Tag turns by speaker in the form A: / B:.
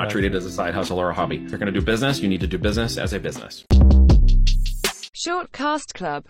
A: Not treated as a side hustle or a hobby. If you're going to do business, you need to do business as a business.
B: Shortcast Club.